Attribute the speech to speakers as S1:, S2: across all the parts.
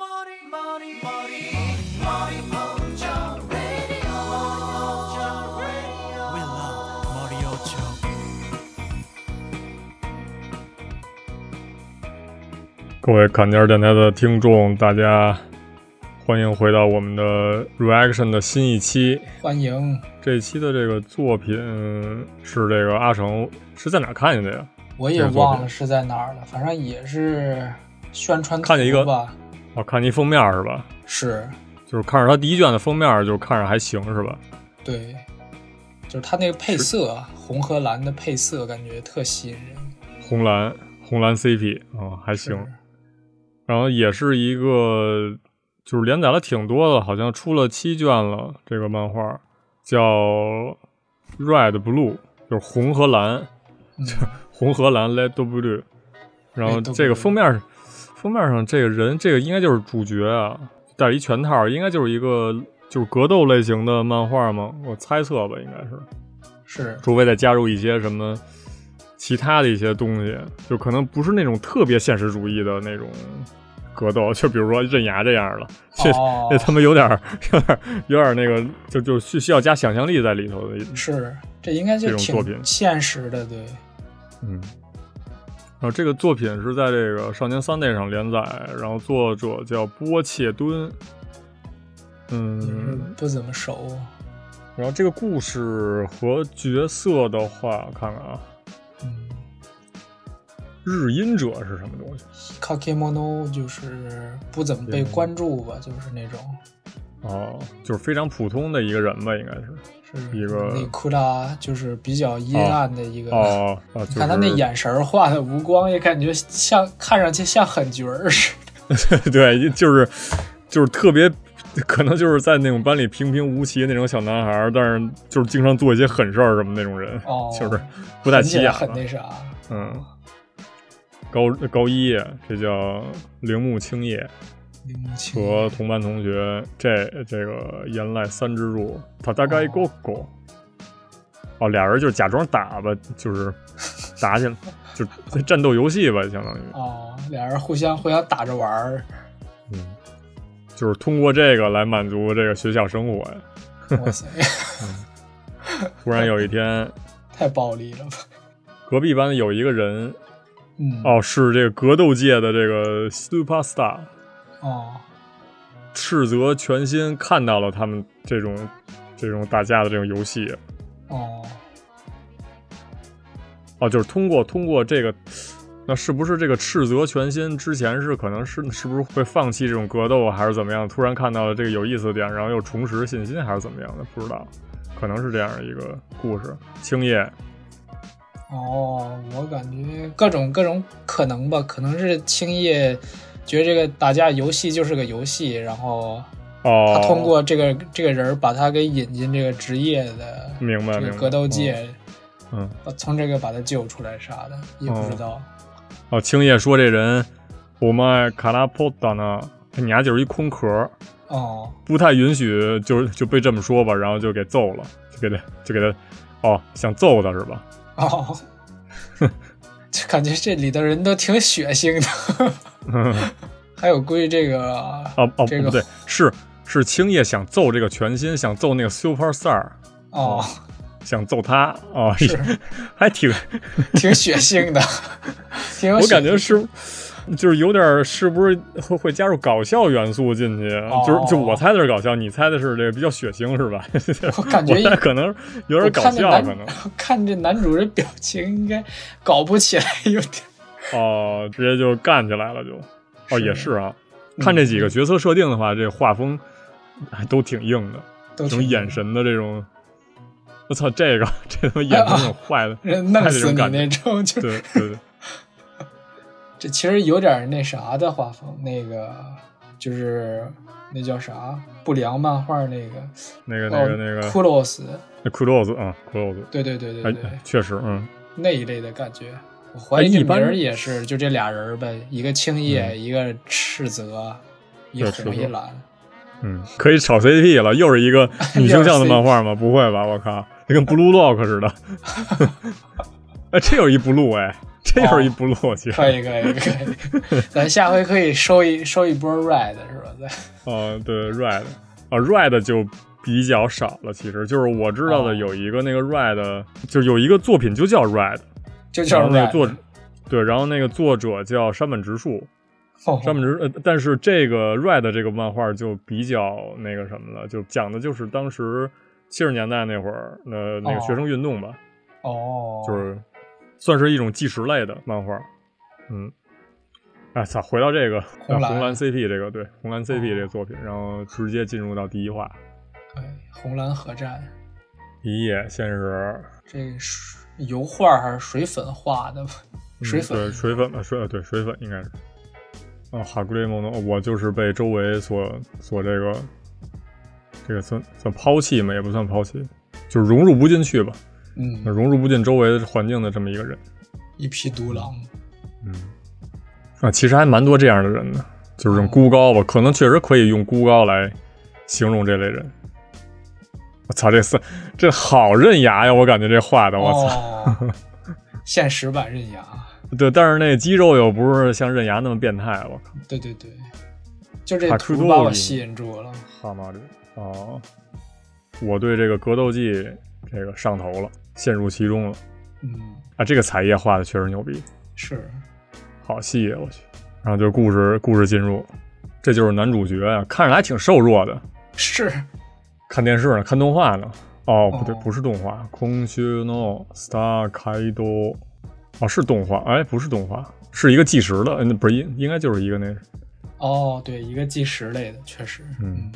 S1: 머리 머리 머리 머리 먼저 radio 먼저 radio
S2: We love Mario Show.
S3: 各位砍价电台的听众，大家欢迎回到我们的 reaction 的新一期。
S4: 欢迎，
S3: 这一期的这个作品是这个阿成是在哪看见的呀？
S4: 我也忘了是在哪儿了，反正也是宣传图
S3: 看见一个
S4: 吧，
S3: 哦，看一封面是吧？
S4: 是
S3: 就是看着他第一卷的封面，就看着还行是吧？
S4: 对，就是它那个配色，啊红和蓝的配色感觉特吸引人。
S3: 红蓝红蓝 CP 啊、哦还行。
S4: 是
S3: 然后也是一个就是连载了挺多的，好像出了七卷了。这个漫画叫《Red Blue》，就是红和蓝。
S4: 嗯，
S3: 红荷兰 Let Do Blue，然后
S4: Let Do
S3: 这个
S4: Blue
S3: 封面封面上这个人，这个应该就是主角啊，带着一拳套，应该就是一个就是格斗类型的漫画吗？我猜测吧，应该是，
S4: 是
S3: 除非再加入一些什么其他的一些东西，就可能不是那种特别现实主义的那种格斗， 就比如说刃牙这样的，这、
S4: 哦
S3: 这他妈有点儿有点儿有点儿那个，就就需需要加想象力在里头的一
S4: 是，这应该
S3: 这
S4: 就
S3: 种作
S4: 挺
S3: 品
S4: 现实的，对，
S3: 嗯，然后这个作品是在这个《少年 Sunday》上连载，然后作者叫波切敦。嗯，
S4: 不怎么熟。
S3: 然后这个故事和角色的话，看看啊，
S4: 嗯
S3: 日音者是什么东西
S4: k a k i m o n o 就是不怎么被关注吧，就是那种
S3: 哦，就是非常普通的一个人吧，应该是
S4: 是
S3: 一个
S4: 内库拉，就是比较阴
S3: 哦
S4: 暗的一个。
S3: 哦啊，就是
S4: 看他那，眼神儿画的无光，也感觉像看上去像狠角儿似的。
S3: 对，就是就是特别。可能就是在那种班里平平无奇的那种小男孩儿，但是就是经常做一些狠事儿什么那种人，
S4: 哦，
S3: 就是不太
S4: 起
S3: 起
S4: 来
S3: 眼
S4: 很
S3: 吧
S4: 那啥。
S3: 嗯，高高一，这叫铃木清叶
S4: 零零七
S3: 和同班同学这这个岩濑三之助，他大概
S4: 哦
S3: 够够。哦，俩人就是假装打吧，就是打起来，就就战斗游戏吧，相当于，
S4: 哦，俩人互相互相打着玩儿，
S3: 嗯，就是通过这个来满足这个学校生活呀。
S4: 哇塞，
S3: 突然有一天，
S4: 太暴力了吧？
S3: 隔壁班有一个人，
S4: 嗯，
S3: 哦，是这个格斗界的这个 super star，
S4: 哦，
S3: 斥责全新看到了他们这种这种打架的这种游戏
S4: 哦，
S3: 哦，就是通过通过这个，那是不是这个斥责全新之前是可能是是不是会放弃这种格斗啊还是怎么样？突然看到了这个有意思的点，然后又重拾信心还是怎么样的？不知道，可能是这样一个故事。青叶
S4: 哦，我感觉各种各种可能吧，可能是青叶觉得这个打架游戏就是个游戏，然后
S3: 哦，
S4: 他通过这个、这个人儿把他给引进这个职业的
S3: 明白
S4: 这
S3: 明
S4: 个
S3: 白
S4: 格斗界，
S3: 哦嗯
S4: 把从这个把他救出来啥的，也不知道。
S3: 哦，青叶说这人我们卡拉波达呢，你丫就是一空壳儿。
S4: 哦，
S3: 不太允许就就被这么说吧，然后就给揍了，就给他就给他，哦，想揍他是吧？
S4: 哦，就感觉这里的人都挺血腥的。 还有关于这个
S3: 哦哦，
S4: 这个
S3: 不对，是是青叶想揍这个全新，想揍那个 Super Star，
S4: 哦，
S3: 想揍他哦，
S4: 是
S3: 还挺，
S4: 挺血腥的，挺有
S3: 我
S4: 血
S3: 感觉是。就是有点儿是不是会会加入搞笑元素进去？
S4: 哦
S3: 就是就我猜的是搞笑，你猜的是这个比较血腥是吧？
S4: 我感 觉
S3: 我猜可能有点
S4: 我
S3: 儿搞
S4: 看这
S3: 笑，
S4: 男
S3: 可能
S4: 看这男主这表情应该搞不起来，有点
S3: 哦，直接就干起来了就。哦，
S4: 是嗯
S3: 也是啊，看这几个角色设定的话，这画风还都挺硬的，
S4: 都
S3: 这
S4: 挺
S3: 种眼神的这种，我操，这个这他妈眼神挺坏的，
S4: 人弄
S3: 还是这种
S4: 死你
S3: 感
S4: 那
S3: 觉。
S4: 种，就
S3: 对对对，
S4: 这其实有点那啥的画风，那个就是那叫啥不良漫画那个
S3: 那个那
S4: 哦
S3: 个那个
S4: 库洛斯，
S3: 那 close 啊 close，
S4: 对对对对对
S3: 哎，，确实，嗯，
S4: 那一类的感觉。我怀
S3: 哎
S4: 疑
S3: 一
S4: 这名
S3: 般
S4: 儿也是，就这俩人儿呗，一个青叶，
S3: 嗯
S4: 一个斥责，一
S3: 对
S4: 红
S3: 斥
S4: 一
S3: 责
S4: 蓝。
S3: 嗯，可以炒 CP 了，又是一个女性 向的漫画吗？ 不会吧，我靠，这跟 Blue Lock 似的。哎，这有一 Blue 哎，这就是一
S4: 哦
S3: 部落去。
S4: 可以可以可 以，咱下回可以收一收一波 red 是吧？再
S3: 哦，对，Red，啊，Red 就比较少了。其实就是我知道
S4: 哦
S3: 的有一个那个 Red，、就有一个作品就叫 Red，
S4: 就
S3: 然
S4: 叫
S3: 后
S4: red
S3: 那个作，对，然后那个作者叫山本直树，
S4: 哦
S3: 山本直，呃，但是这个 Red 这个漫画就比较那个什么了，就讲的就是当时七十年代那会儿，呃，那个
S4: 哦
S3: 学生运动吧，
S4: 哦，
S3: 就是算是一种纪实类的漫画，嗯。哎操！回到这个
S4: 红蓝哦
S3: 呃红蓝 CP 这个对红蓝 CP 这个作品，然后直接进入到第一话，
S4: 可以哎红蓝合战，
S3: 一夜现实，
S4: 这水油画还是水粉画的吧？
S3: 嗯
S4: 水粉
S3: 对水粉吧，水呃对水粉应该是。啊，哈格雷蒙诺，我就是被周围所所这个这个算算抛弃嘛，也不算抛弃，就是融入不进去吧，
S4: 嗯，
S3: 融入不进周围环境的这么一个人。
S4: 一匹独狼，
S3: 嗯，啊，其实还蛮多这样的人的，就是这种孤高吧，可能确实可以用孤高来形容这类人。我操，这三这好刃牙呀！我感觉这画的，我操。
S4: 哦， 现实版啊刃牙，
S3: 对，但是那肌肉又不是像刃牙那么变态，我靠。
S4: 对对对，就这
S3: 塔克
S4: 图
S3: 多
S4: 把
S3: 尔
S4: 我
S3: 尼
S4: 吸引住了。
S3: 哈马里哦，我对这个格斗技这个上头了，陷入其中了
S4: 嗯，
S3: 啊！这个彩叶画的确实牛逼，
S4: 是，
S3: 好细啊！我去。然后就故事故事进入，这就是男主角啊，看着还挺瘦弱的，
S4: 是，
S3: 看电视呢，看动画呢。哦，不对
S4: 哦，
S3: 不是动画，空虚 no star 开多，哦，是动画，哎，不是动画，是一个计时的，嗯，不是应应该就是一个那，
S4: 哦，对，一个计时类的，确实，
S3: 嗯，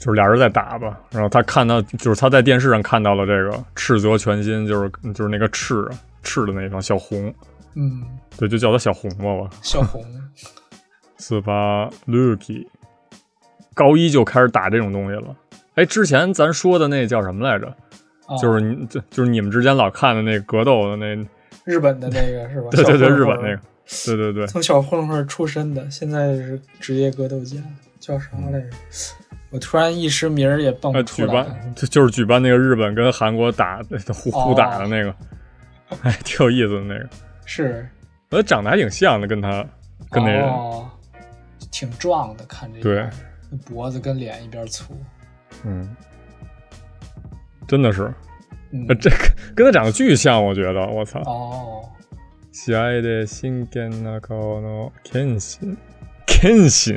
S3: 就是俩人在打吧，然后他看到就是他在电视上看到了这个赤泽全新，就是就是那个赤啊赤的那一方小红，
S4: 嗯，
S3: 对，就叫他小红吧吧。
S4: 小 红，
S3: 斯巴 Lucky，高一就开始打这种东西了。哎，之前咱说的那叫什么来着？
S4: 哦
S3: 就是你就就是你们之间老看的那个格斗的那，？
S4: 日本的那个是吧
S3: 对对对，
S4: 小混混
S3: 日本那个，对对对，
S4: 从小混混出身的，现在是职业格斗家，叫啥来着？我突然一时名儿也蹦
S3: 呃，
S4: 不出
S3: 举
S4: 来。
S3: 办就就是举办那个日本跟韩国打 互互打的
S4: 哦
S3: 那个，哎，挺有意思的那个，
S4: 是
S3: 我觉得长得还挺像的，跟他跟那人，
S4: 哦，挺壮的，看这
S3: 对，
S4: 脖子跟脸一边粗。
S3: 嗯，真的是，
S4: 嗯
S3: 呃，这个跟他长得巨像，我觉得，我操，
S4: 哦，
S3: 喜爱的新干那个呢，天心， 天心，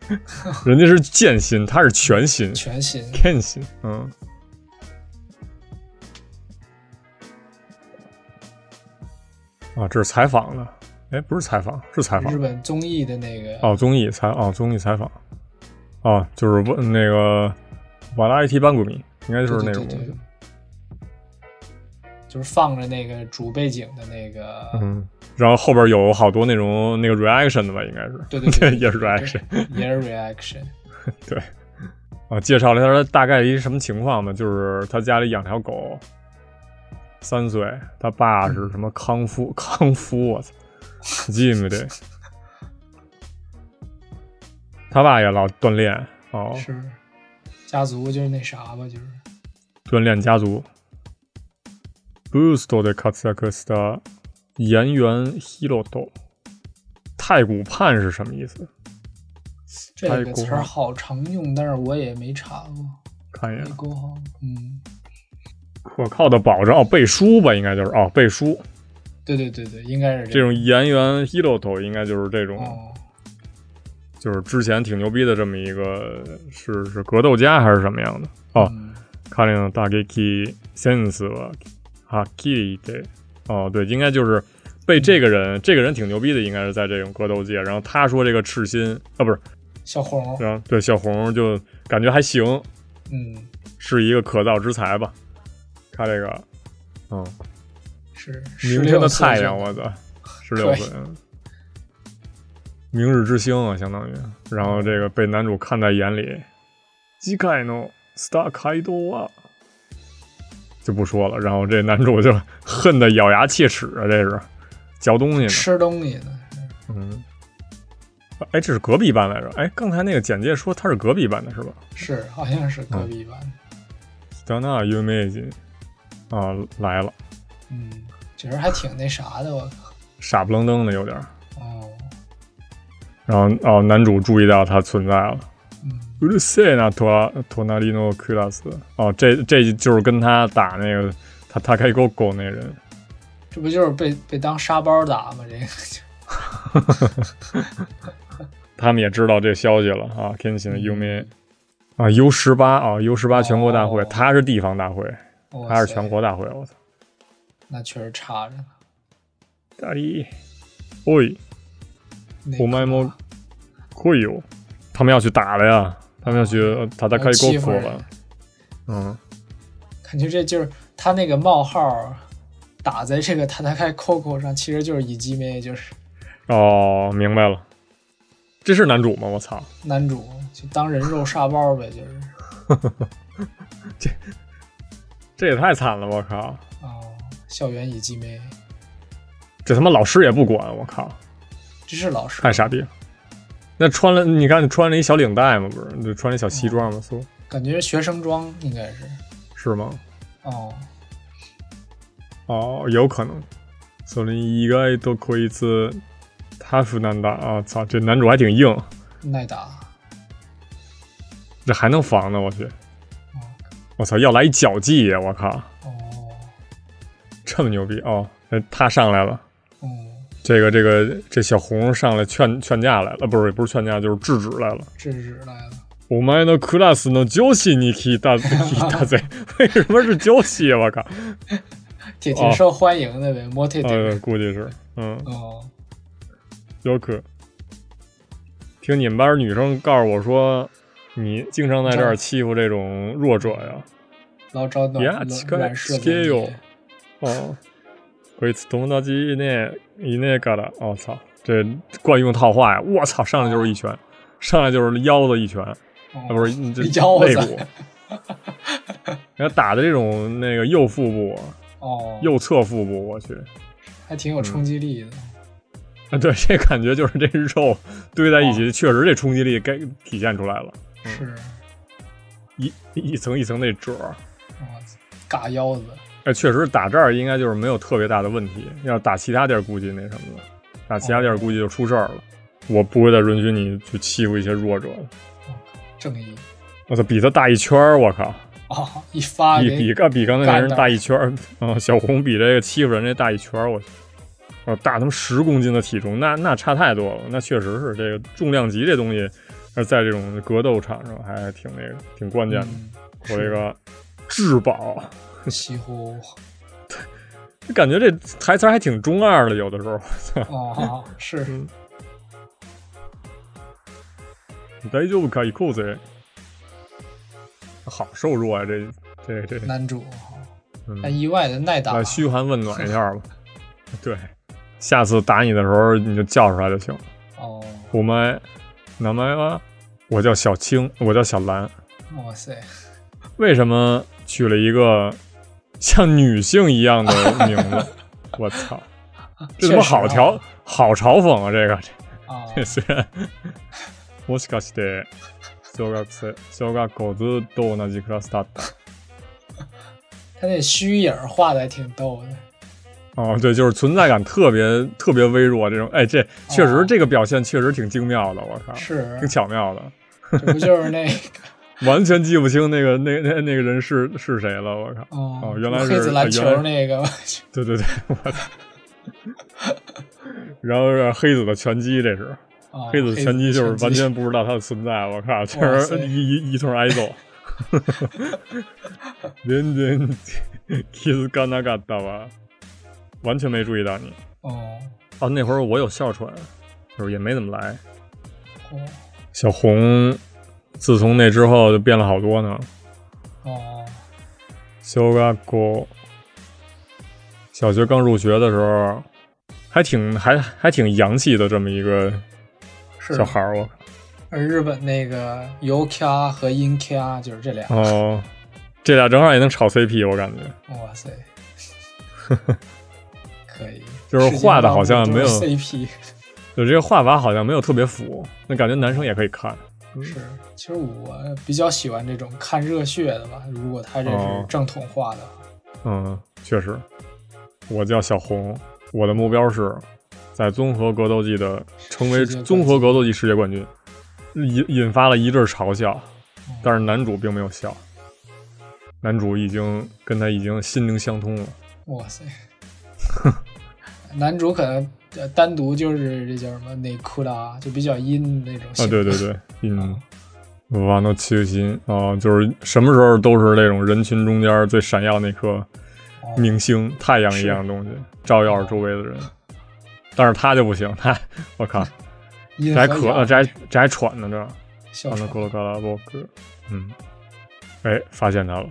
S3: 人家是剑心，他是全心，
S4: 全新
S3: 天心，嗯。啊，这是采访的，哎，不是采访，是采访
S4: 日本综艺的那个
S3: 哦，综艺采哦，综艺采访，哦，就是问那个瓦拉 IT 班古米，应该就是那种
S4: 对
S3: 东
S4: 对对
S3: 西
S4: 对，就是放着那个主背景的那个，
S3: 嗯，然后后边有好多那种那个 reaction 的吧，应该是，
S4: 对对对对，
S3: 也是
S4: 对
S3: reaction，
S4: 也是 reaction，
S3: 对，啊，介绍了一下他大概一什么情况吧，就是他家里养条狗，三岁，他爸是什么康夫，康夫，我操，记没得，他爸也老锻炼 哦，
S4: 是家族就是那啥吧，就是
S3: 锻炼家族。Boost 的卡萨克斯的岩原 Hiroto，太古盼是什么意思？
S4: 这
S3: 太
S4: 个
S3: 古
S4: 词儿
S3: 了
S4: 好常用，但是我也没查过。
S3: 看一眼
S4: 太，古好，嗯，
S3: 可靠的保证哦，背书吧，应该就是哦，背书。
S4: 对对对对，应该是
S3: 这
S4: 种。
S3: 种岩原 Hiroto 应该就是这种，
S4: 哦，
S3: 就是之前挺牛逼的这么一个，是是格斗家还是什么样的？哦，
S4: 嗯
S3: 看那种大 Geki Sense 啊吧，哈 Kiri 对，哦对，应该就是被这个人，这个人挺牛逼的，应该是在这种格斗界。然后他说这个赤心啊，不是，
S4: 小红，
S3: 然后对小红就感觉还行，
S4: 嗯，
S3: 是一个可造之材吧。看这个，嗯，
S4: 是
S3: 明天的
S4: 16岁
S3: 太阳，
S4: 就
S3: 我操，十六岁，明日之星啊，相当于。然后这个被男主看在眼里，机盖诺 star 开多啊，就不说了。然后这男主就恨得咬牙切齿啊，这是嚼东西呢。
S4: 吃东西呢，
S3: 嗯，哎，这是隔壁班来着。哎，刚才那个简介说他是隔壁班的是吧？
S4: 是好像是隔壁班，
S3: 丹娜 u m a 啊来了。
S4: 嗯，觉得还挺那啥的，我
S3: 傻不愣登的有点儿。
S4: 哦，
S3: 然后哦，男主注意到它存在了。
S4: 嗯，
S3: うるせえなとは隣のクラス。哦，这这就是跟他打那个他他开狗狗那人。
S4: 这不就是被被当沙包打吗？这个就
S3: 他们也知道这消息了啊。Kenshin 的 Umi 啊，U 十八啊，U 十八全国大会，
S4: 嗯哦
S3: 他是地方大会，
S4: 哇
S3: 他是
S4: 塞
S3: 全国大会，我操！
S4: 那确实差着呢。
S3: 大一，哎喂，
S4: 那
S3: 我卖猫，会有，他们要去打了呀，他们要去，呃他在开
S4: 欺
S3: 沟
S4: 负
S3: 口
S4: 人
S3: 了，嗯，
S4: 感觉这就是他那个冒号打在这个他他开 Coco 上，其实就是以及灭，就是
S3: 哦，明白了，这是男主吗？我操，
S4: 男主就当人肉沙包呗，就是
S3: 这也太惨了，我靠，
S4: 哦，校园以及灭，
S3: 这他妈老师也不管，我靠，
S4: 这是老师
S3: 太傻逼了。那穿了，你看穿了一小领带嘛，不是，就穿了一小西装嘛，苏、
S4: 感觉学生装应该是
S3: 是吗？
S4: 哦，
S3: 哦，有可能。所以意外とこいつタフなんだ啊！操，这男主还挺硬，
S4: 耐打
S3: 这还能防呢！我去
S4: 嗯，
S3: 我操，要来一脚技呀！我靠，
S4: 哦，
S3: 这么牛逼哦！那他上来了，
S4: 嗯，
S3: 这个这个这小红上来劝劝架来了，不是不是劝架，就是制止来了。
S4: 制止来了，
S3: お前のクラスの上司に聞いた聞いたぜ， 为什么是上司呀？我靠，
S4: 也挺
S3: 哦
S4: 受欢迎的呗，摸特
S3: 呃，
S4: 顶，
S3: 估计是，嗯，
S4: 哦，
S3: 有可。听你们班女生告诉我说，你经常在这儿欺负这种弱者呀。
S4: 老找暖
S3: 呀
S4: 暖
S3: 奇怪
S4: 软柿
S3: 奇怪
S4: 子
S3: 哟
S4: 捏，
S3: 哦，こいつ友達いねいねえから。我、哦操，这惯用套话呀！我操，上来就是一拳，上来就是腰子一拳，啊
S4: 哦
S3: 不是你这
S4: 腰
S3: 肋
S4: 子
S3: 骨。然后打的这种那个右腹部、
S4: 哦，
S3: 右侧腹部，我去，
S4: 还挺有
S3: 嗯
S4: 冲击力的，
S3: 啊， 对，这感觉就是这肉堆在一起，确实这冲击力该体现出来了，
S4: 是，
S3: 一一层一层那褶儿。
S4: 哇塞，啊嘎腰子，
S3: 哎，确实打这儿应该就是没有特别大的问题，要打其他地儿估计那什么了，打其他地儿估计就出事儿了。我不会再允许你去欺负一些弱者了。
S4: 正义。
S3: 我操，比他大一圈儿，我靠，
S4: 哦，一发
S3: 比
S4: 给
S3: 比个比刚才那人
S4: 干的
S3: 大一圈儿。嗯，小红比这个欺负人这大一圈儿，我去，哦，大他妈十公斤的体重，那那差太多了。那确实是这个重量级这东西，呃在这种格斗场上还挺那个挺关键的。
S4: 嗯
S3: 我这个至宝，
S4: 西湖
S3: 感觉这台词儿还挺中二的，有的时候。
S4: 哦， 是
S3: 嗯大丈夫か行こうぜ。好瘦弱呀、啊这这这，
S4: 男主，
S3: 嗯
S4: 但意外的耐打
S3: 来，嘘寒问暖一下吧。 对，下次打你的时候你就叫出来就行。
S4: 哦，
S3: 我们名前は我叫小青，我叫小兰。
S4: 哇塞，
S3: 为什么取了一个像女性一样的名字？ 我操，这他妈好
S4: 确实啊
S3: 调、好嘲讽啊！这个这
S4: 啊，
S3: 虽然もしかして小学生小学校ずっと同じクラスだった。
S4: 他那虚影画的还挺逗的，
S3: 哦，对，就是存在感特别特别微弱这种。哎，这确实、
S4: 哦
S3: 这个表现确实挺精妙的，我靠，
S4: 是
S3: 挺，巧妙的，
S4: 这不就是那个
S3: 完全记不清那个那那那个人是是谁了，我靠。
S4: 哦
S3: 原来是啊
S4: 黑子篮
S3: 原来
S4: 球那 个，
S3: 对对对，我操。 然后是黑子的拳击，这是、
S4: 哦
S3: 黑子拳击，就是完
S4: 拳
S3: 全不知道他哦的存在，我靠，
S4: 哇
S3: 确
S4: 塞
S3: 实一一一通挨揍。全然気づかなかったわ，完全没注意到你。
S4: 哦，
S3: 哦，那会儿我有哮喘，就是也没怎么来。
S4: 哦
S3: 小红自从那之后就变了好多呢。
S4: 哦，
S3: 小学校小学刚入学的时候，还挺还还挺洋气的这么一个
S4: 是
S3: 小孩儿，我
S4: 而日本那个 U K 和 In K 就是这俩，
S3: 哦，这俩正好也能炒 CP，我感觉
S4: 哇塞，可以，
S3: 就是画的好像没有
S4: 世界上就是 CP。
S3: 就这个画法好像没有特别符，那感觉男生也可以看。
S4: 是，其实我比较喜欢这种看热血的吧。如果他这是
S3: 哦
S4: 正统化的，
S3: 嗯，确实。我叫小红，我的目标是在综合格斗技的成为
S4: 世界冠军
S3: 综合格斗技世界冠军，引引发了一阵嘲
S4: 哦
S3: 笑，但是男主并没有笑，男主已经跟他已经心灵相通了。啊
S4: 哇 塞，男主可能呃单独就是这叫什么内裤啦，就比较阴那种
S3: 啊，
S4: 性格
S3: 对对对，嗯，完了七个心啊，就是什么时候都是那种人群中间最闪耀那颗
S4: 哦
S3: 明星、太阳一样的东西，照耀着周围的人。但是他就不行，他我靠，
S4: 阴
S3: 这还
S4: 和
S3: 咳，
S4: 阳
S3: 呃这还这还喘呢，这嗯
S4: 笑
S3: 完了
S4: 场
S3: 咕噜嘎啦不哥，嗯，哎，发现他了，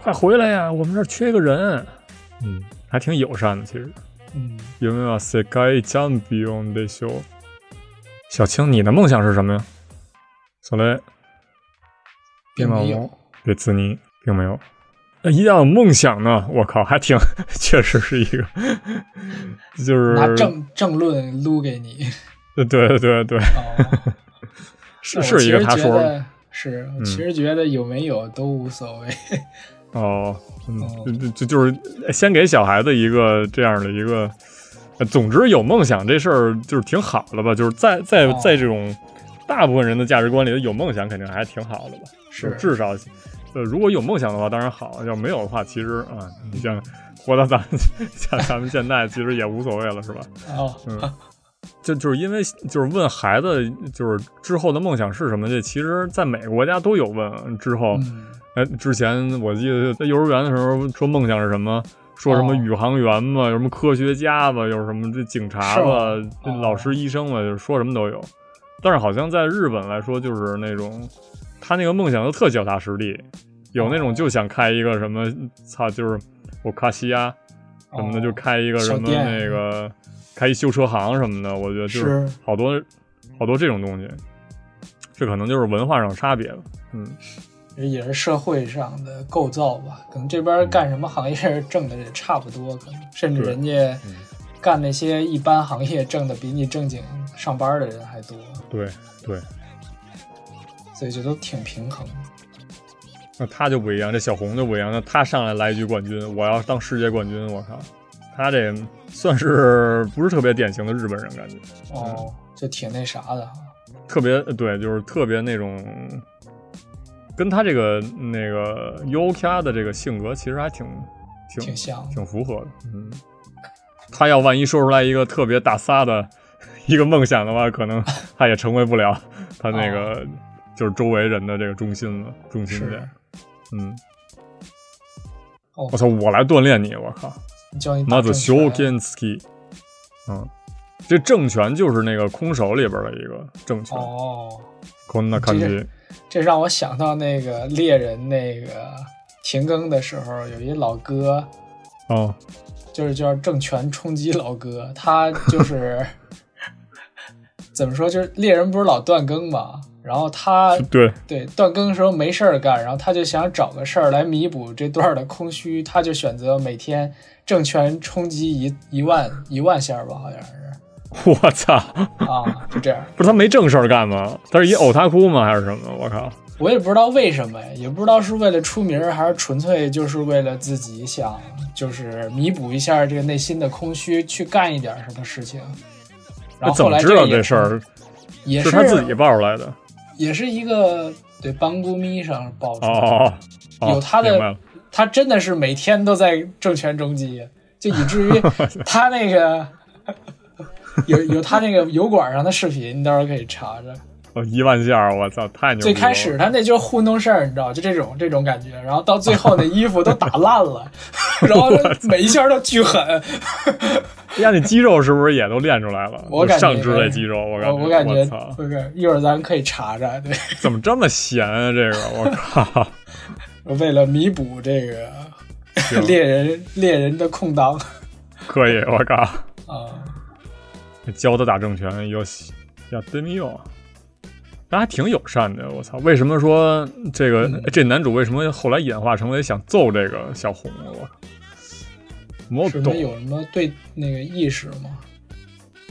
S3: 快回来呀，我们这儿缺一个人，嗯，还挺友善的，其实。
S4: 嗯，
S3: 有没有世界チャンピオンでしょう？小青，你的梦想是什么呀？それ
S4: 并没
S3: 今は
S4: 有
S3: も。う別に并没有。那一定要有梦想呢！我靠，还挺， 确实是一个， 就是
S4: 拿政政论撸给 你。
S3: 对对对对，
S4: 哦，
S3: 是是一个他说的嗯
S4: 的。是，我其实觉得有没有都无所谓。
S3: 哦，嗯
S4: 哦，
S3: 就就就是先给小孩子一个这样的一个，呃总之有梦想这事儿就是挺好的吧，就是在在
S4: 哦
S3: 在这种大部分人的价值观里，有梦想肯定还挺好的吧。
S4: 是，
S3: 至少，呃，如果有梦想的话，当然好；要没有的话，其实啊，你像活到咱们像咱们现在，其实也无所谓了，是吧？
S4: 哦，
S3: 嗯，就就是因为就是问孩子，就是之后的梦想是什么？这其实在每个国家都有问。之后，
S4: 嗯，
S3: 哎，之前我记得在幼儿园的时候说梦想是什么？说什么
S4: 哦
S3: 宇航员嘛，有什么科学家吧，有什么这警察
S4: 是吗
S3: 吧，这
S4: 哦
S3: 老师、医生吧，就是说什么都有。但是好像在日本来说，就是那种他那个梦想都特脚踏实地，有那种就想开一个什么，操，就是我卡西亚什么的，
S4: 哦
S3: 就开一个什
S4: 小
S3: 么
S4: 店
S3: 那个开一修车行什么的。我觉得就是
S4: 是
S3: 好多好多这种东西，这可能就是文化上差别吧。嗯，
S4: 也是社会上的构造吧。可能这边干什么行业挣的也差不多，可能甚至
S3: 对
S4: 人家
S3: 嗯
S4: 干那些一般行业挣的比你正经上班的人还多，
S3: 对对。
S4: 所以就都挺平衡的。
S3: 那他就不一样，这小红就不一样。那他上来来一句冠军，我要当世界冠军，我靠，他这算是不是特别典型的日本人感觉？嗯
S4: 哦，就挺那啥的哈。
S3: 特别对，就是特别那种，跟他这个那个 Yuka 的这个性格其实还挺挺
S4: 挺像的
S3: 挺符合的。嗯，他要万一说出来一个特别大撒的一个梦想的话，可 能他也成为不了他那个、就是周围人的这个中心了，中心点
S4: 哦是。
S3: 嗯，
S4: 哦
S3: 我操，我来锻炼你，我靠，
S4: 教你
S3: 马
S4: 打
S3: 子
S4: 正
S3: 修
S4: 拳，
S3: n s k i 嗯，这正拳就是那个空手里边的一个正拳，
S4: 哦，
S3: こんな感
S4: 这
S3: じ
S4: 个。这让我想到那个猎人那个停更的时候，有一老哥，
S3: 哦，
S4: 就是叫正拳冲击老哥，他就是怎么说，就是猎人不是老断更嘛，然后他
S3: 对，
S4: 对断更的时候没事儿干，然后他就想找个事儿来弥补这段儿的空虚，他就选择每天正拳冲击一一万一万下儿吧，好像是
S3: 我操，
S4: 啊，就这样。
S3: 不是他没正事儿干吗？他是一偶他哭吗？还是什么？我靠，
S4: 我也不知道为什么呀，也不知道是为了出名儿，还是纯粹就是为了自己想，就是弥补一下这个内心的空虚，去干一点什么事情。然
S3: 他
S4: 后
S3: 怎
S4: 后
S3: 么
S4: 来
S3: 知道
S4: 也
S3: 这事儿？
S4: 也
S3: 是他自己爆出来的。
S4: 也是一个对帮姑咪上爆出
S3: 哦
S4: 来的
S3: 哦哦，哦
S4: 有他
S3: 明白了
S4: 的，他真的是每天都在政权中击，就以 至于他那个有有他那个油管上的视频，你到时候可以查查。
S3: 哦一万下儿，我操，太牛逼
S4: 最
S3: 了！
S4: 开始他那就是糊弄事儿，你知道，就这种这种感觉。然后到最后那衣服都打烂了， 然后每一下都巨狠。
S3: 呀，那肌肉是不是也都练出来了？
S4: 我感觉
S3: 上肢类肌肉，我感
S4: 我
S3: 觉，
S4: 我感觉
S3: 操，
S4: 不是，一会儿咱们可以查查。对，
S3: 怎么这么闲啊？这个，我靠，
S4: 为了弥补这个
S3: 行
S4: 猎人猎人的空档
S3: 可以，我靠，
S4: 啊，
S3: 教他打正拳，有戏呀，对没有。他啊还挺友善的，我操！为什么说这个、
S4: 嗯
S3: 这男主为什么后来演化成为想揍这个小红？啊我靠，没
S4: 是
S3: 懂
S4: 没，有什么对那个意识吗？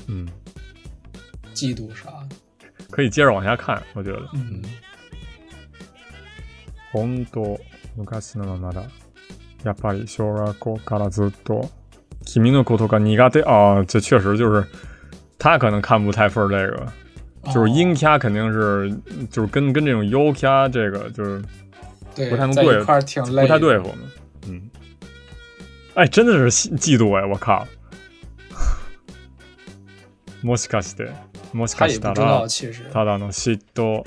S3: 嗯，
S4: 嫉妒啥的？
S3: 可以接着往下看，我觉得。
S4: 嗯，
S3: 本当昔のままだ。やっぱり小学校からずっと kimi no koto ga niga 啊，这确实就是他可能看不太分儿这个，
S4: 哦
S3: 就是音卡肯定是就是跟跟这种 u 卡这个就是
S4: 对
S3: 不太能
S4: 在
S3: 对
S4: 一块儿挺累，
S3: 不太。对付。嗯，哎，真的是嫉嫉妒哎，我靠！もしかして、もし
S4: 他
S3: かし
S4: 也不
S3: た
S4: 知道，
S3: ら、
S4: 其实
S3: ただの嫉妬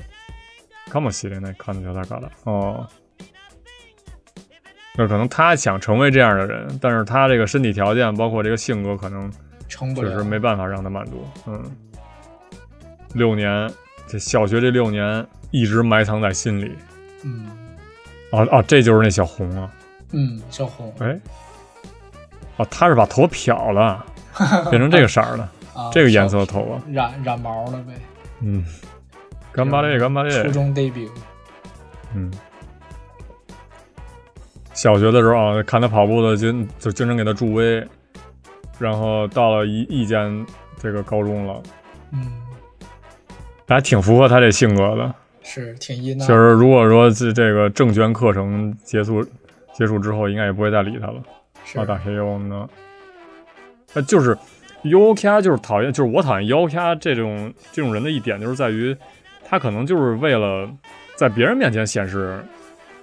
S3: かもしれない感情だから。哦，那可能他想成为这样的人，但是他这个身体条件，包括这个性格，可能
S4: 成不
S3: 确
S4: 了。
S3: 实没办法让他满足。嗯，六年，这小学这六年一直埋藏在心里。
S4: 嗯
S3: 哦哦，这就是那小红啊。
S4: 嗯，小红
S3: 哎，哦，他是把头漂 了，变成这个色儿了，
S4: 啊，
S3: 这个颜色的头发。
S4: 小染染毛了呗。
S3: 嗯，干巴这，干巴
S4: 初
S3: 这。
S4: 中 debut，
S3: 嗯，小学的时候啊，看他跑步的经就经常给他助威，然后到了一一间这个高中了，
S4: 嗯，
S3: 还挺符合他这性格的。
S4: 是挺阴
S3: 就
S4: 暗。
S3: 是如果说这这个政权课程结束结束之后，应该也不会再理他了。
S4: 是
S3: 啊，打黑妖呢？呃，就是 U K 就是讨厌，就是我讨厌 U K 这种这种人的一点，就是在于他可能就是为了在别人面前显示，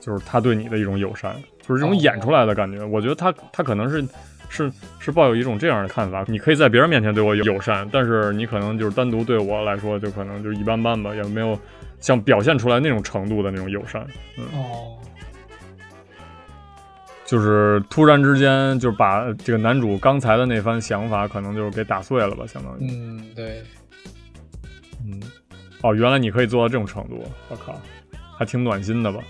S3: 就是他对你的一种友善，就是这种
S4: 哦
S3: 演出来的感觉。我觉得他他可能是是是抱有一种这样的看法，你可以在别人面前对我友友善，但是你可能就是单独对我来说，就可能就是一般般吧，也没有像表现出来那种程度的那种友善。
S4: 哦，
S3: 就是突然之间就把这个男主刚才的那番想法，可能就是给打碎了吧，相当于。
S4: 嗯，对，
S3: 嗯。哦，原来你可以做到这种程度，我靠，还挺暖心的吧？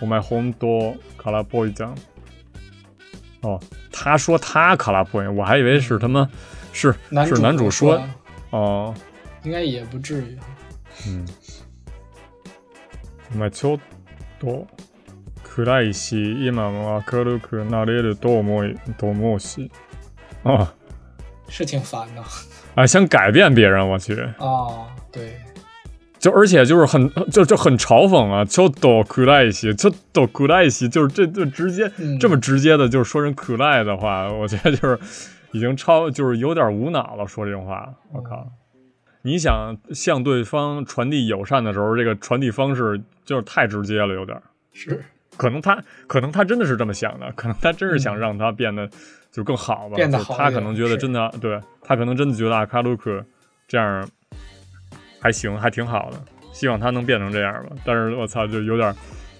S3: 我买红多卡拉波一酱。哦，他说他卡拉波，我还以为是他妈是
S4: 男
S3: 是嗯男主说
S4: 啊
S3: 哦，
S4: 应该也不至于。
S3: 嗯。まあちょっと暗いし、今も明るくなれると思いと思うし。哦。
S4: 是挺烦的
S3: 啊，想改变别人，我去，
S4: 啊，对，
S3: 就而且就是很就就很嘲讽啊，就都苦赖一些，就都苦赖一些，就是这就直接、
S4: 嗯
S3: 这么直接的，就是说人苦赖的话，我觉得就是已经超就是有点无脑了，说这种话，我靠！你想向对方传递友善的时候，这个传递方式就是太直接了，有点儿。
S4: 是
S3: 可能他可能他真的是这么想的，可能他真是想让他变得就更好吧，
S4: 变得
S3: 就是
S4: 好一
S3: 他
S4: 点
S3: 可能觉得
S4: 是
S3: 真的，对他可能真的觉得阿卡鲁克这样还行，还挺好的，希望他能变成这样吧。但是我操，就有点，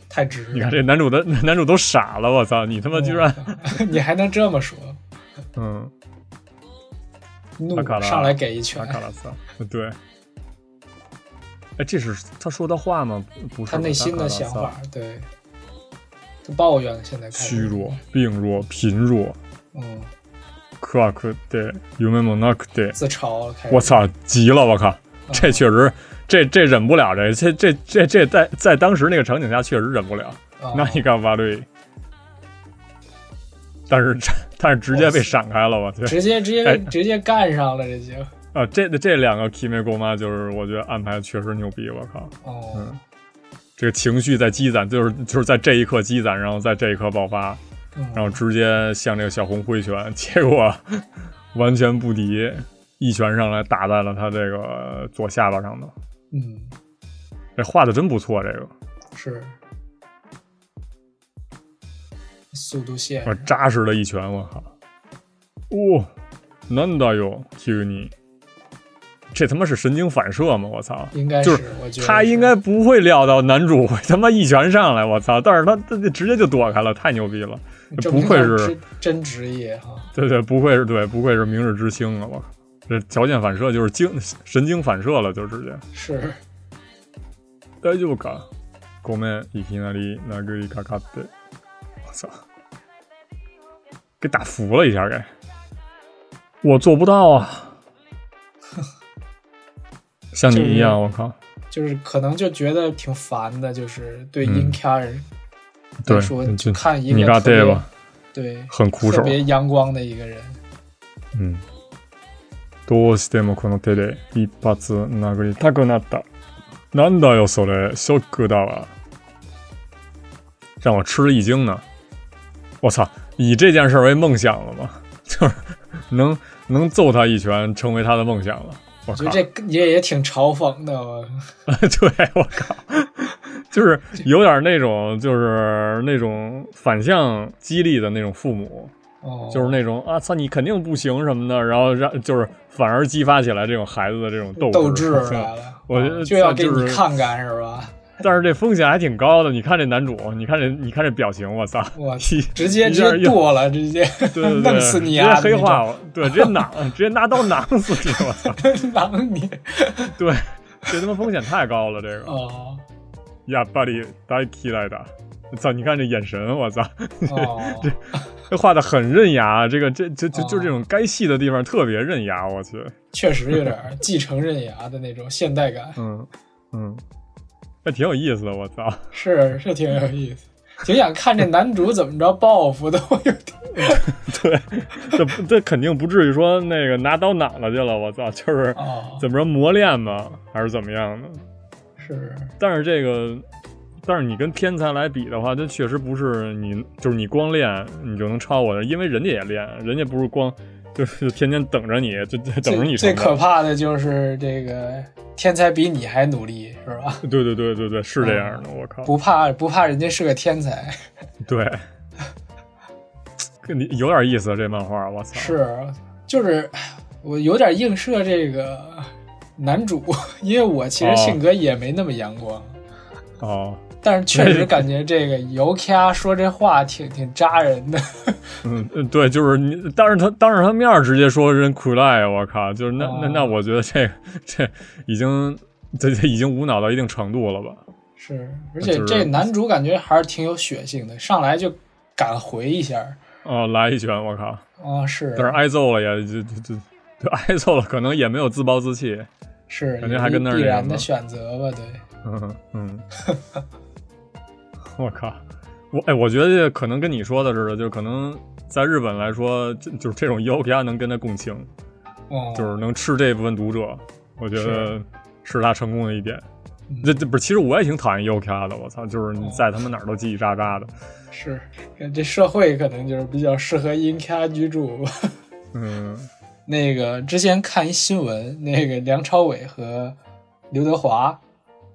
S4: 太直了。
S3: 你看这男主的 男主都傻了，我操，你他妈居然，
S4: 哦 你还能这么说，
S3: 嗯，
S4: 怒
S3: 他卡了
S4: 上来给一拳
S3: 阿，卡拉斯，对。哎，这是他说的话吗？不是吧，
S4: 他内心的
S3: 卡拉
S4: 想
S3: 斯
S4: 法，对，他抱怨了，现在开始
S3: 虚弱、病弱、贫弱，
S4: 嗯，
S3: 可啊可得，有没有那可得。
S4: 自嘲了，开始，
S3: 我操，急了！我靠，这确实，这这忍不了，这这这这这在在当时那个场景下确实忍不了。
S4: 啊，
S3: 那你干嘛对？但是但是直接被闪开了，我去
S4: 直接直接、
S3: 哎
S4: 直接干上了，这就，
S3: 啊！这这两个 Kimi 姑妈就是我觉得安排确实牛逼，我靠，
S4: 哦，
S3: 嗯这个情绪在积攒，就是就是在这一刻积攒，然后在这一刻爆发，
S4: 嗯
S3: 然后直接向这个小红挥拳，结果 完全不敌，一拳上来打在了他这个左下巴上头。
S4: 嗯，
S3: 这画的真不错，这个
S4: 是。速度线
S3: 我啊扎实的一拳，我靠！哦，难だ哟，Q 你，这他妈是神经反射吗？我操！
S4: 应该，
S3: 就是
S4: 我觉得
S3: 他
S4: 是
S3: 应该不会料到男主会他妈一拳上来，我操！但是他他他直接就躲开了，太牛逼了！
S4: 证
S3: 不
S4: 明
S3: 愧
S4: 他
S3: 是
S4: 真真职业哈，
S3: 对对，不愧是对，不愧是明日之星啊！我靠，这条件反射就是经神经反射了，就直接。
S4: 是
S3: 大丈夫かごめん、いきなり殴りかかって。我操，给打服了一下，给。我做不到 啊，像你一样，我靠，
S4: 就是可能就觉得挺烦的，就是对阴
S3: 嗯
S4: 卡人
S3: 对，
S4: 说
S3: 你就
S4: 看一个
S3: 你嘎
S4: 特别
S3: 对吧，
S4: 对
S3: 很苦
S4: 特
S3: 手，
S4: 别阳光的一个人，
S3: 嗯。どうしてもこの手で一発殴りたくなった。なんだよそれ、ショックだわ。让我吃了一惊呢。我操，以这件事为梦想了吗？就是 能能揍他一拳，成为他的梦想了。我
S4: 我觉
S3: 靠
S4: 得，这也也挺嘲讽的，我
S3: 对我靠，就是有点那种就是那种反向激励的那种父母，
S4: 哦，
S3: 就是那种啊操你肯定不行什么的，然后让就是反而激发起来这种孩子的这种斗
S4: 斗
S3: 志
S4: 志
S3: 我操
S4: 来了，
S3: 我觉得
S4: 啊就要
S3: 这
S4: 给
S3: 就
S4: 你
S3: 是
S4: 看看是吧？
S3: 但是这风险还挺高的。你看这男主，你看这，你看这表情，我操！
S4: 我
S3: 一
S4: 直接
S3: 一
S4: 直
S3: 下
S4: 接
S3: 就
S4: 剁了，直接
S3: 对对对，
S4: 弄死你
S3: 直
S4: 啊！
S3: 接黑化我，对，直接囊，直接拿刀囊死你，我操！
S4: 那种，狼 你
S3: 对，这他妈风险太高了，这个
S4: 哦
S3: 呀，巴里大起来的，操！你看这眼神，我操，
S4: 哦，
S3: 这画的很刃牙，这个这这就就
S4: 哦
S3: 这种该细的地方特别刃牙，我去，
S4: 确实有点儿继承刃牙的那种现代感，
S3: 嗯嗯，这挺有意思的，我操！
S4: 是是挺有意思，挺想看这男主怎么着报复的，我有点
S3: 对，这这肯定不至于说那个拿刀攮了去了，我操，就是
S4: 哦，
S3: 怎么着磨练吧，还是怎么样的？
S4: 是
S3: 但是这个，但是你跟天才来比的话，这确实不是你，就是你光练你就能超我的，因为人家也练，人家不是光就是天天等着你，就就等着你
S4: 最最
S3: 成
S4: 可
S3: 长。
S4: 怕的就是这个天才比你还努力，是 吧？
S3: 对对对对对，是这样的，我靠，
S4: 嗯不怕不怕人家是个天才，
S3: 对， 跟你有点意思这漫画，我操，
S4: 是就是我有点映射这个男主， 因为我其实
S3: 哦
S4: 性格也没那么阳光，
S3: 哦，
S4: 但是确实感觉这个尤卡说这话挺挺扎人的，
S3: 嗯，呃对，就是你，当着他当着他面儿直接说人苦赖，啊我靠，就是那、那那，
S4: 哦
S3: 我觉得这这已经这这已经无脑到一定程度了吧？
S4: 是，而且
S3: 就是
S4: 这男主感觉还是挺有血性的，上来就敢回一下儿。
S3: 哦，来一拳，我靠！
S4: 啊、是
S3: 但是挨揍了也就就就就 挨揍了，可能也没有自暴自弃。
S4: 是，
S3: 感觉
S4: 也
S3: 还
S4: 是
S3: 跟那儿
S4: 必
S3: 那
S4: 然
S3: 什
S4: 的
S3: 么
S4: 选择吧，对，
S3: 嗯嗯，我靠！我哎，我觉得这可能跟你说的似的，就可能在日本来说，就就是这种 E 妖家能跟他共情，
S4: 哦，
S3: 就是能吃这部分读者，我觉得是他成功的一点
S4: 嗯。哦
S3: 这这不是，其实我也挺讨厌 U K 的，我操！就是你在他们哪儿都叽叽喳喳 的，
S4: 是，这社会可能就是比较适合阴咖居住。
S3: 嗯，
S4: 那个之前看一新闻，那个梁朝伟和刘德华，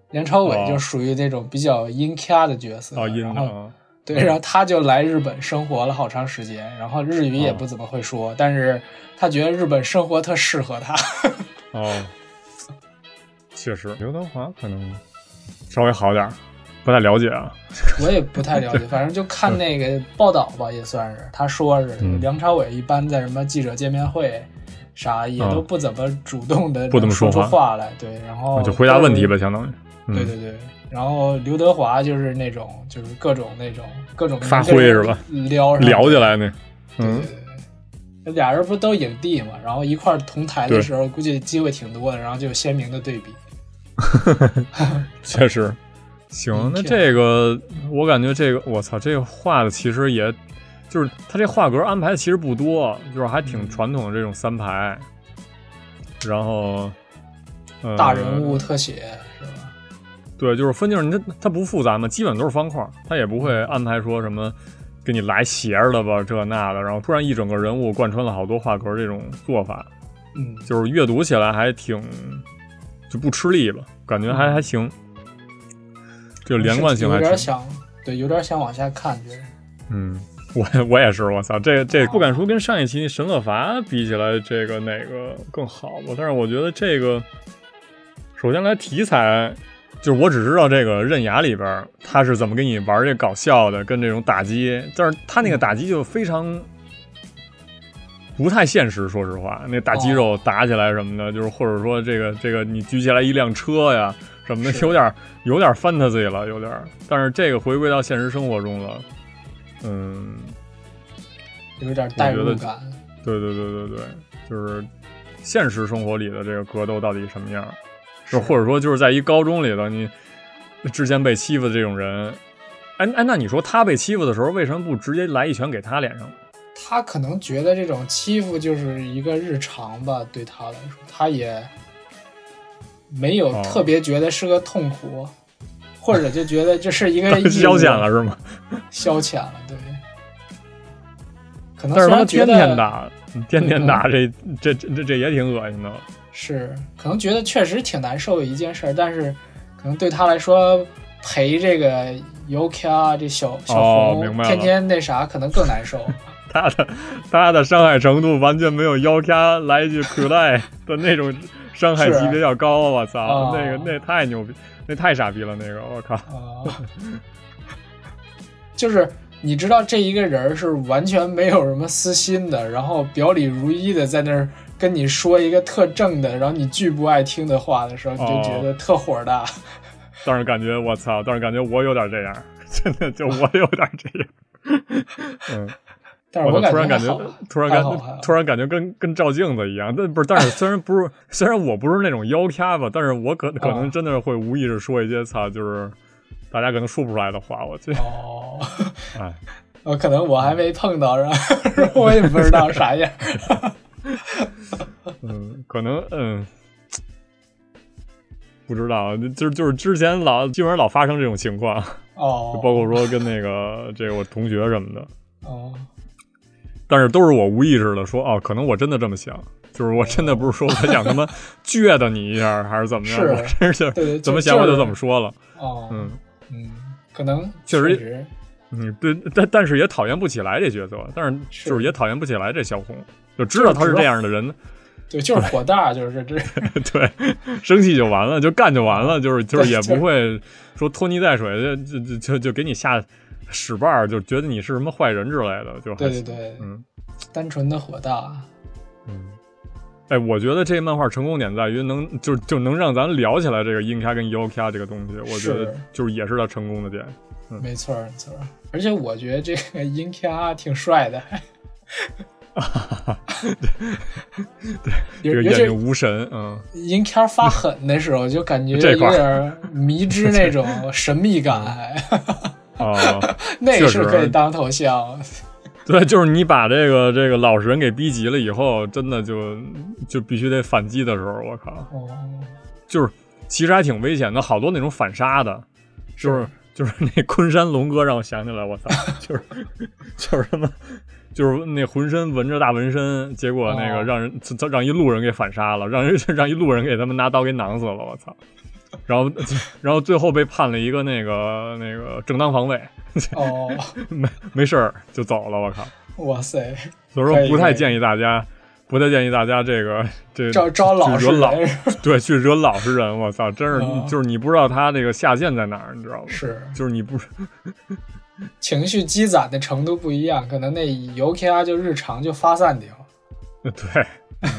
S4: 梁朝伟
S3: 哦
S4: 就属于那种比较阴咖的角色，
S3: 哦，阴
S4: 然
S3: 的
S4: 后
S3: 啊，
S4: 对，然后他就来日本生活了好长时间，然后日语
S3: 哦
S4: 也不怎么会说，但是他觉得日本生活特适合他。
S3: 哦，确实，刘德华可能稍微好点儿，不太了解啊。
S4: 我也不 太了解，反正就看那个报道吧，也算是他说是、
S3: 嗯
S4: 梁朝伟一般在什么记者见面会啥也都不怎么主动的
S3: 啊不怎么
S4: 说
S3: 说
S4: 出
S3: 话啊
S4: 话来，对，然后
S3: 就回答问题
S4: 吧。
S3: 呗，相当于。嗯、
S4: 哦对对对，然后刘德华就是那种就是各种那种各种
S3: 发挥是吧？
S4: 聊上
S3: 聊起来那，嗯
S4: 对，那俩人不都影帝嘛？然后一块儿同台的
S3: 对
S4: 时候，估计机会挺多的，然后就有鲜明的对比。
S3: 确实。行
S4: 嗯，
S3: 那
S4: 这样
S3: 这个我感觉这个，我操，这个画的其实也，就是他这画格安排的其实不多，就是还
S4: 嗯
S3: 挺传统的这种三排，然后，呃，
S4: 大人物特写是吧？
S3: 对，就是分镜儿，你它它不复杂嘛，基本都是方块儿，它也不
S4: 嗯
S3: 会安排说什么给你来斜着的吧，这那的，然后突然一整个人物贯穿了好多画格这种做法，
S4: 嗯，
S3: 就是阅读起来还挺就不吃力吧，感觉还还行，就连贯性
S4: 有
S3: 还
S4: 点
S3: 挺。
S4: 想，对，有点想往下看，觉得
S3: 嗯，我我也是，我操，这这不敢说跟上一期《神乐伐》比起来，这个哪个更好吧？但是我觉得这个，首先来题材，就是我只知道这个《刃牙》里边儿他是怎么给你玩这搞笑的，跟这种打击，但是他那个打击就非常。不太现实，说实话，那大肌肉打起来什么的，就是或者说这个这个你举起来一辆车呀什么的，
S4: 是
S3: 有点儿有点儿 fantasy 了，有点儿。但是这个回归到现实生活中了，嗯，
S4: 有点代
S3: 我觉
S4: 入
S3: 得
S4: 感。
S3: 对对对对对，就是现实生活里的这个格斗到底什么样儿？就是或者说就是在一高中里头，你之前被欺负的这种人，哎哎，那你说他被欺负的时候，为什么不直接来一拳给他脸上？
S4: 他可能觉得这种欺负就是一个日常吧，对他来说，他也没有
S3: 哦
S4: 特别觉得是个痛苦，或者就觉得这 是一个义务
S3: 消遣了，是吗？
S4: 消遣了，对。可能
S3: 但是
S4: 虽
S3: 他
S4: 然
S3: 天
S4: 觉
S3: 天
S4: 得嗯
S3: 打，你天天打这这这这这也挺恶心的。
S4: 是可能觉得确实挺难受的一件事儿，但是可能对他来说陪这个 UK 啊这小小
S3: 哦
S4: 红、
S3: 明白了
S4: 天天那啥，可能更难受。
S3: 他的他的伤害程度完全没有腰掐来一 句可带的那种伤害级别要高，啊我操，
S4: 哦
S3: 那个那太牛逼，那太傻逼了，那个我靠，
S4: 啊， 就是你知道这一个人儿是完全没有什么私心的，然后表里如一的在那儿跟你说一个特正的，然后你巨不爱听的话的时候，你
S3: 哦
S4: 就觉得特火大。
S3: 但是感觉我操，但是感觉我有点这样， 真的就我有点这样，嗯。
S4: 但是
S3: 我
S4: 我
S3: 操！
S4: 感
S3: 突然感
S4: 还
S3: 觉
S4: 好，
S3: 突然感
S4: 还好还好
S3: 突然感觉跟跟照镜子一样，但不是，但是虽然不是，虽然我不是那种腰掐吧，但是我可可
S4: 啊
S3: 能真的会无意识说一些操，就是大家可能说不出来的话，我去，
S4: 哦，
S3: 哎，
S4: 我可能我还没碰到，然后 我也不知道啥样。
S3: 嗯，可能嗯，不知道，就是就是之前老基本上老发生这种情况，
S4: 哦，
S3: 包括说跟那个这个我同学什么的，
S4: 哦，
S3: 但是都是我无意识的说，哦，可能我真的这么想，就是我真的不是说我想 他妈倔的你一下，还是怎么样，
S4: 是
S3: 我真是
S4: 对对
S3: 怎么
S4: 就
S3: 想我
S4: 就
S3: 就是怎么说了，
S4: 哦，
S3: 嗯
S4: 嗯，可能
S3: 确实
S4: 实
S3: 嗯，对，但但是也讨厌不起来这角色，但是
S4: 是
S3: 就是也讨厌不起来这小红，就知道他是这样的人，
S4: 对，就是火大，就是这，
S3: 对，生气就完了，就干就完了，就是就是
S4: 对
S3: 也
S4: 就是
S3: 不会说拖泥带水，就就就就给你下屎绊儿，就觉得你是什么坏人之类的，就还
S4: 对对
S3: 行
S4: 对，
S3: 嗯
S4: 单纯的火大。
S3: 嗯。哎，我觉得这漫画成功点在于能就就能让咱聊起来这个 inka 跟 yoka 这个东西，我觉得
S4: 是
S3: 就是也是它成功的点。
S4: 没错儿，没错儿。而且我觉得这个 i n k a 挺 帅的，
S3: 这
S4: 尤
S3: 个
S4: 尤
S3: 眼
S4: 其
S3: 睛无神，嗯，
S4: i n k a 发狠的时候，就感觉
S3: 这
S4: 有
S3: 块儿
S4: 点儿迷之那 种神秘感，
S3: 啊，
S4: 那个是
S3: 确实
S4: 可以当头像。
S3: 对，就是你把这个这个老实人给逼急了以后，真的就就必须得反击的时候，我靠，
S4: 哦，
S3: 就是其实还挺危险的，好多那种反杀的，就是 就是那昆山龙哥让我想起来，我 操，就是就是什么，就是那浑身纹着大纹身，结果那个
S4: 哦
S3: 让人、让一路人给反杀了，让人 让一路人给他们拿刀给囊死了，我操，然后 然后最后被判了一个那个那个正当防卫，
S4: 哦，
S3: 没没事儿就走了，我靠。
S4: 哇塞，
S3: 所以
S4: 可
S3: 说
S4: 以
S3: 不
S4: 可
S3: 太
S4: 以
S3: 建议大家，不太建议大家这个这
S4: 招招老
S3: 去
S4: 实
S3: 惹老
S4: 人
S3: 对去惹老实人，我操，真是、
S4: 嗯
S3: 就是你不知道他这个下限在哪儿，你知道吗？
S4: 是
S3: 就是你不
S4: 情绪积攒的程度不一样，可能那 u k a 就日常就发散掉。
S3: 对、嗯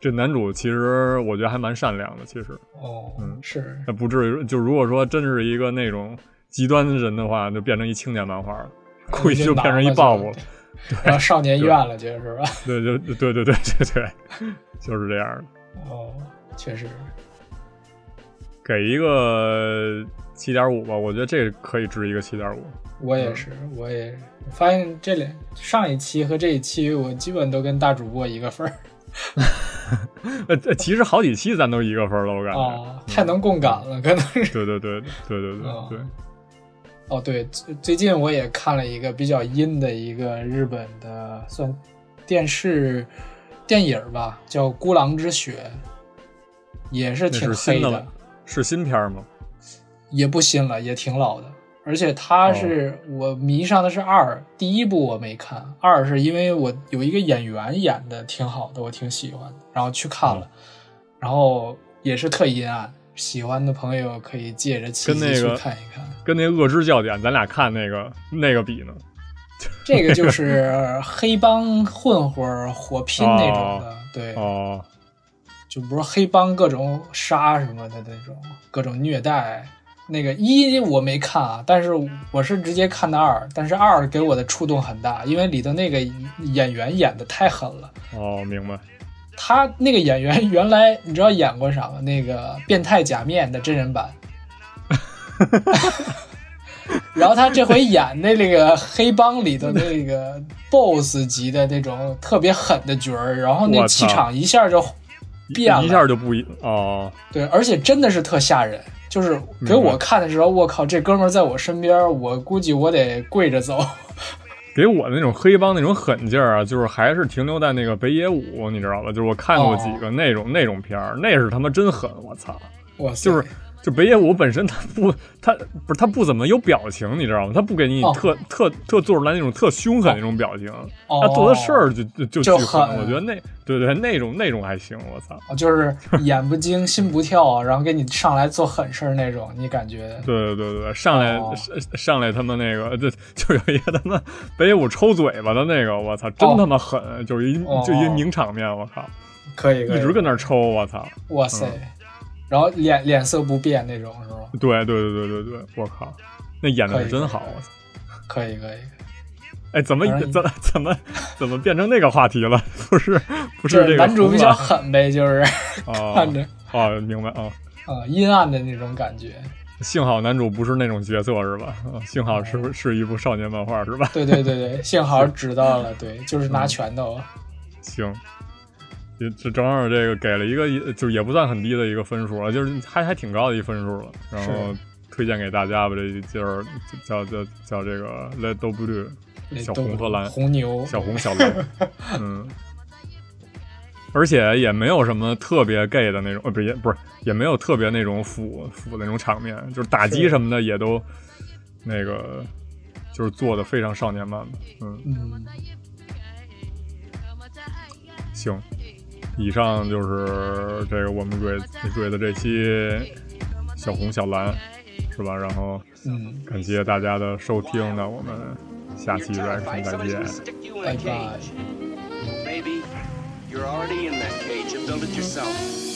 S3: 这男主其实我觉得还蛮善良的，其实
S4: 哦，
S3: 嗯
S4: 是
S3: 那不至于，就如果说真是一个那种极端的人的话，就变成一青年漫画了，估计就变成一报复了，
S4: 然后少年院了，就是吧？
S3: 对，就对对对对对，就是这样的。
S4: 哦，确实，
S3: 给一个七点五吧，我觉得这可以值一个七点五。
S4: 我
S3: 嗯
S4: 也是，我也是我发现这两上一期和这一期，我基本都跟大主播一个分儿
S3: 呃，这其实好几期咱都一个分儿了，我感觉。
S4: 啊，太能共感了，可能是。
S3: 对对对对对对
S4: 哦
S3: 对，
S4: 哦，对，最最近我也看了一个比较阴的一个日本的算电视电影儿吧，叫《孤狼之血》，也是
S3: 那
S4: 挺
S3: 是
S4: 黑
S3: 新的
S4: 的
S3: 吗，是新片儿吗？
S4: 也不新了，也挺老的。而且它
S3: 哦
S4: 是、我迷上的是二，第一部我没看，二是因为我有一个演员演的挺好的，我挺喜欢的，然后去看了，
S3: 嗯
S4: 然后也是特阴暗，喜欢的朋友可以借着契
S3: 跟那
S4: 机去
S3: 个
S4: 看一看。
S3: 跟那《恶之教典》咱俩看那个那个比呢？
S4: 这个就是 黑帮混混儿火拼那种的，对，
S3: 哦，
S4: 就不是黑帮各种杀什么的那种，各种虐待。那个一我没看啊，但是我是直接看的二，但是二给我的触动很大，因为里头那个演员演的太狠了。
S3: 哦，明白。
S4: 他那个演员原来你知道演过啥吗？那个《变态假面》的真人版。然后他这回演那那个黑帮里的那个 BOSS 级的那种特别狠的角儿，然后那
S3: 我操
S4: 气场一下就
S3: 一
S4: 变了
S3: 一下就不一哦，
S4: 对，而且真的是特吓人。就是给
S3: 明白
S4: 我看的时候，我靠，这哥们儿在我身边，我估计我得跪着走。
S3: 给我的那种黑帮那种狠劲儿啊，就是还是停留在那个北野武，你知道吧？就是我看过几
S4: 哦
S3: 个那种、那种片儿，那是他妈真狠，我操！
S4: 哇塞，
S3: 就是就北野武本身他不他不是他不怎么有表情，你知道吗？他不给你
S4: 哦
S3: 特、特特做出来那种特凶狠那种表情，
S4: 哦
S3: 他做的事儿就就就
S4: 就
S3: 巨狠。
S4: 狠
S3: 我觉得那对对那种那种还行，我操！
S4: 哦就是眼不精心不跳，啊然后给你上来做狠事儿那种，你感觉
S3: 对对对对，上来、
S4: 哦
S3: 上上来他妈那个，就就有一个他妈北野武抽嘴巴的那个，我操，真
S4: 哦
S3: 他妈狠，就是一、
S4: 哦
S3: 就一名场面，我靠，
S4: 可以，可
S3: 一
S4: 以
S3: 直跟那嗯儿抽，我操，
S4: 哇塞，然后脸脸色不变那种是吗？
S3: 对对对对对对，我靠，那演的
S4: 可以
S3: 是真好
S4: 可以，
S3: 我操
S4: 可以，可以，
S3: 哎，怎么
S4: 反正
S3: 怎么怎么怎么变成那个话题了？ 不是不
S4: 就是
S3: 这个
S4: 男主比较
S3: 红
S4: 狠呗，就是
S3: 了啊
S4: 看着
S3: 哦，明白啊。
S4: 啊阴暗的那种感觉。
S3: 幸好男主不是那种角色是吧？啊幸好
S4: 哦
S3: 是是一部少年漫画是吧？
S4: 对对对对，幸好知道了，对，就是
S3: 嗯
S4: 拿拳头。啊
S3: 行，也这正好这个给了一个，就是也不算很低的一个分数了，就是还还挺高的一分数了。然后
S4: 是
S3: 推荐给大家吧，这就是叫叫叫这个 Let Do Blue 小红和蓝，
S4: 红牛，
S3: 小红小蓝，嗯。而且也没有什么特别 gay 的那种，呃，不是也不是，也没有特别那种腐腐的那种场面，就是打击
S4: 是
S3: 什么的也都那个，就是做的非常少年漫吧。嗯，
S4: 嗯，
S3: 行，以上就是这个我们蕊蕊的这期小红小蓝，是吧？然后
S4: 嗯，
S3: 感谢大家的收听，那我们下期 reaction 再见。
S1: stick you in
S4: Bye-bye.
S1: Maybe you're already in that cage. You built it yourself.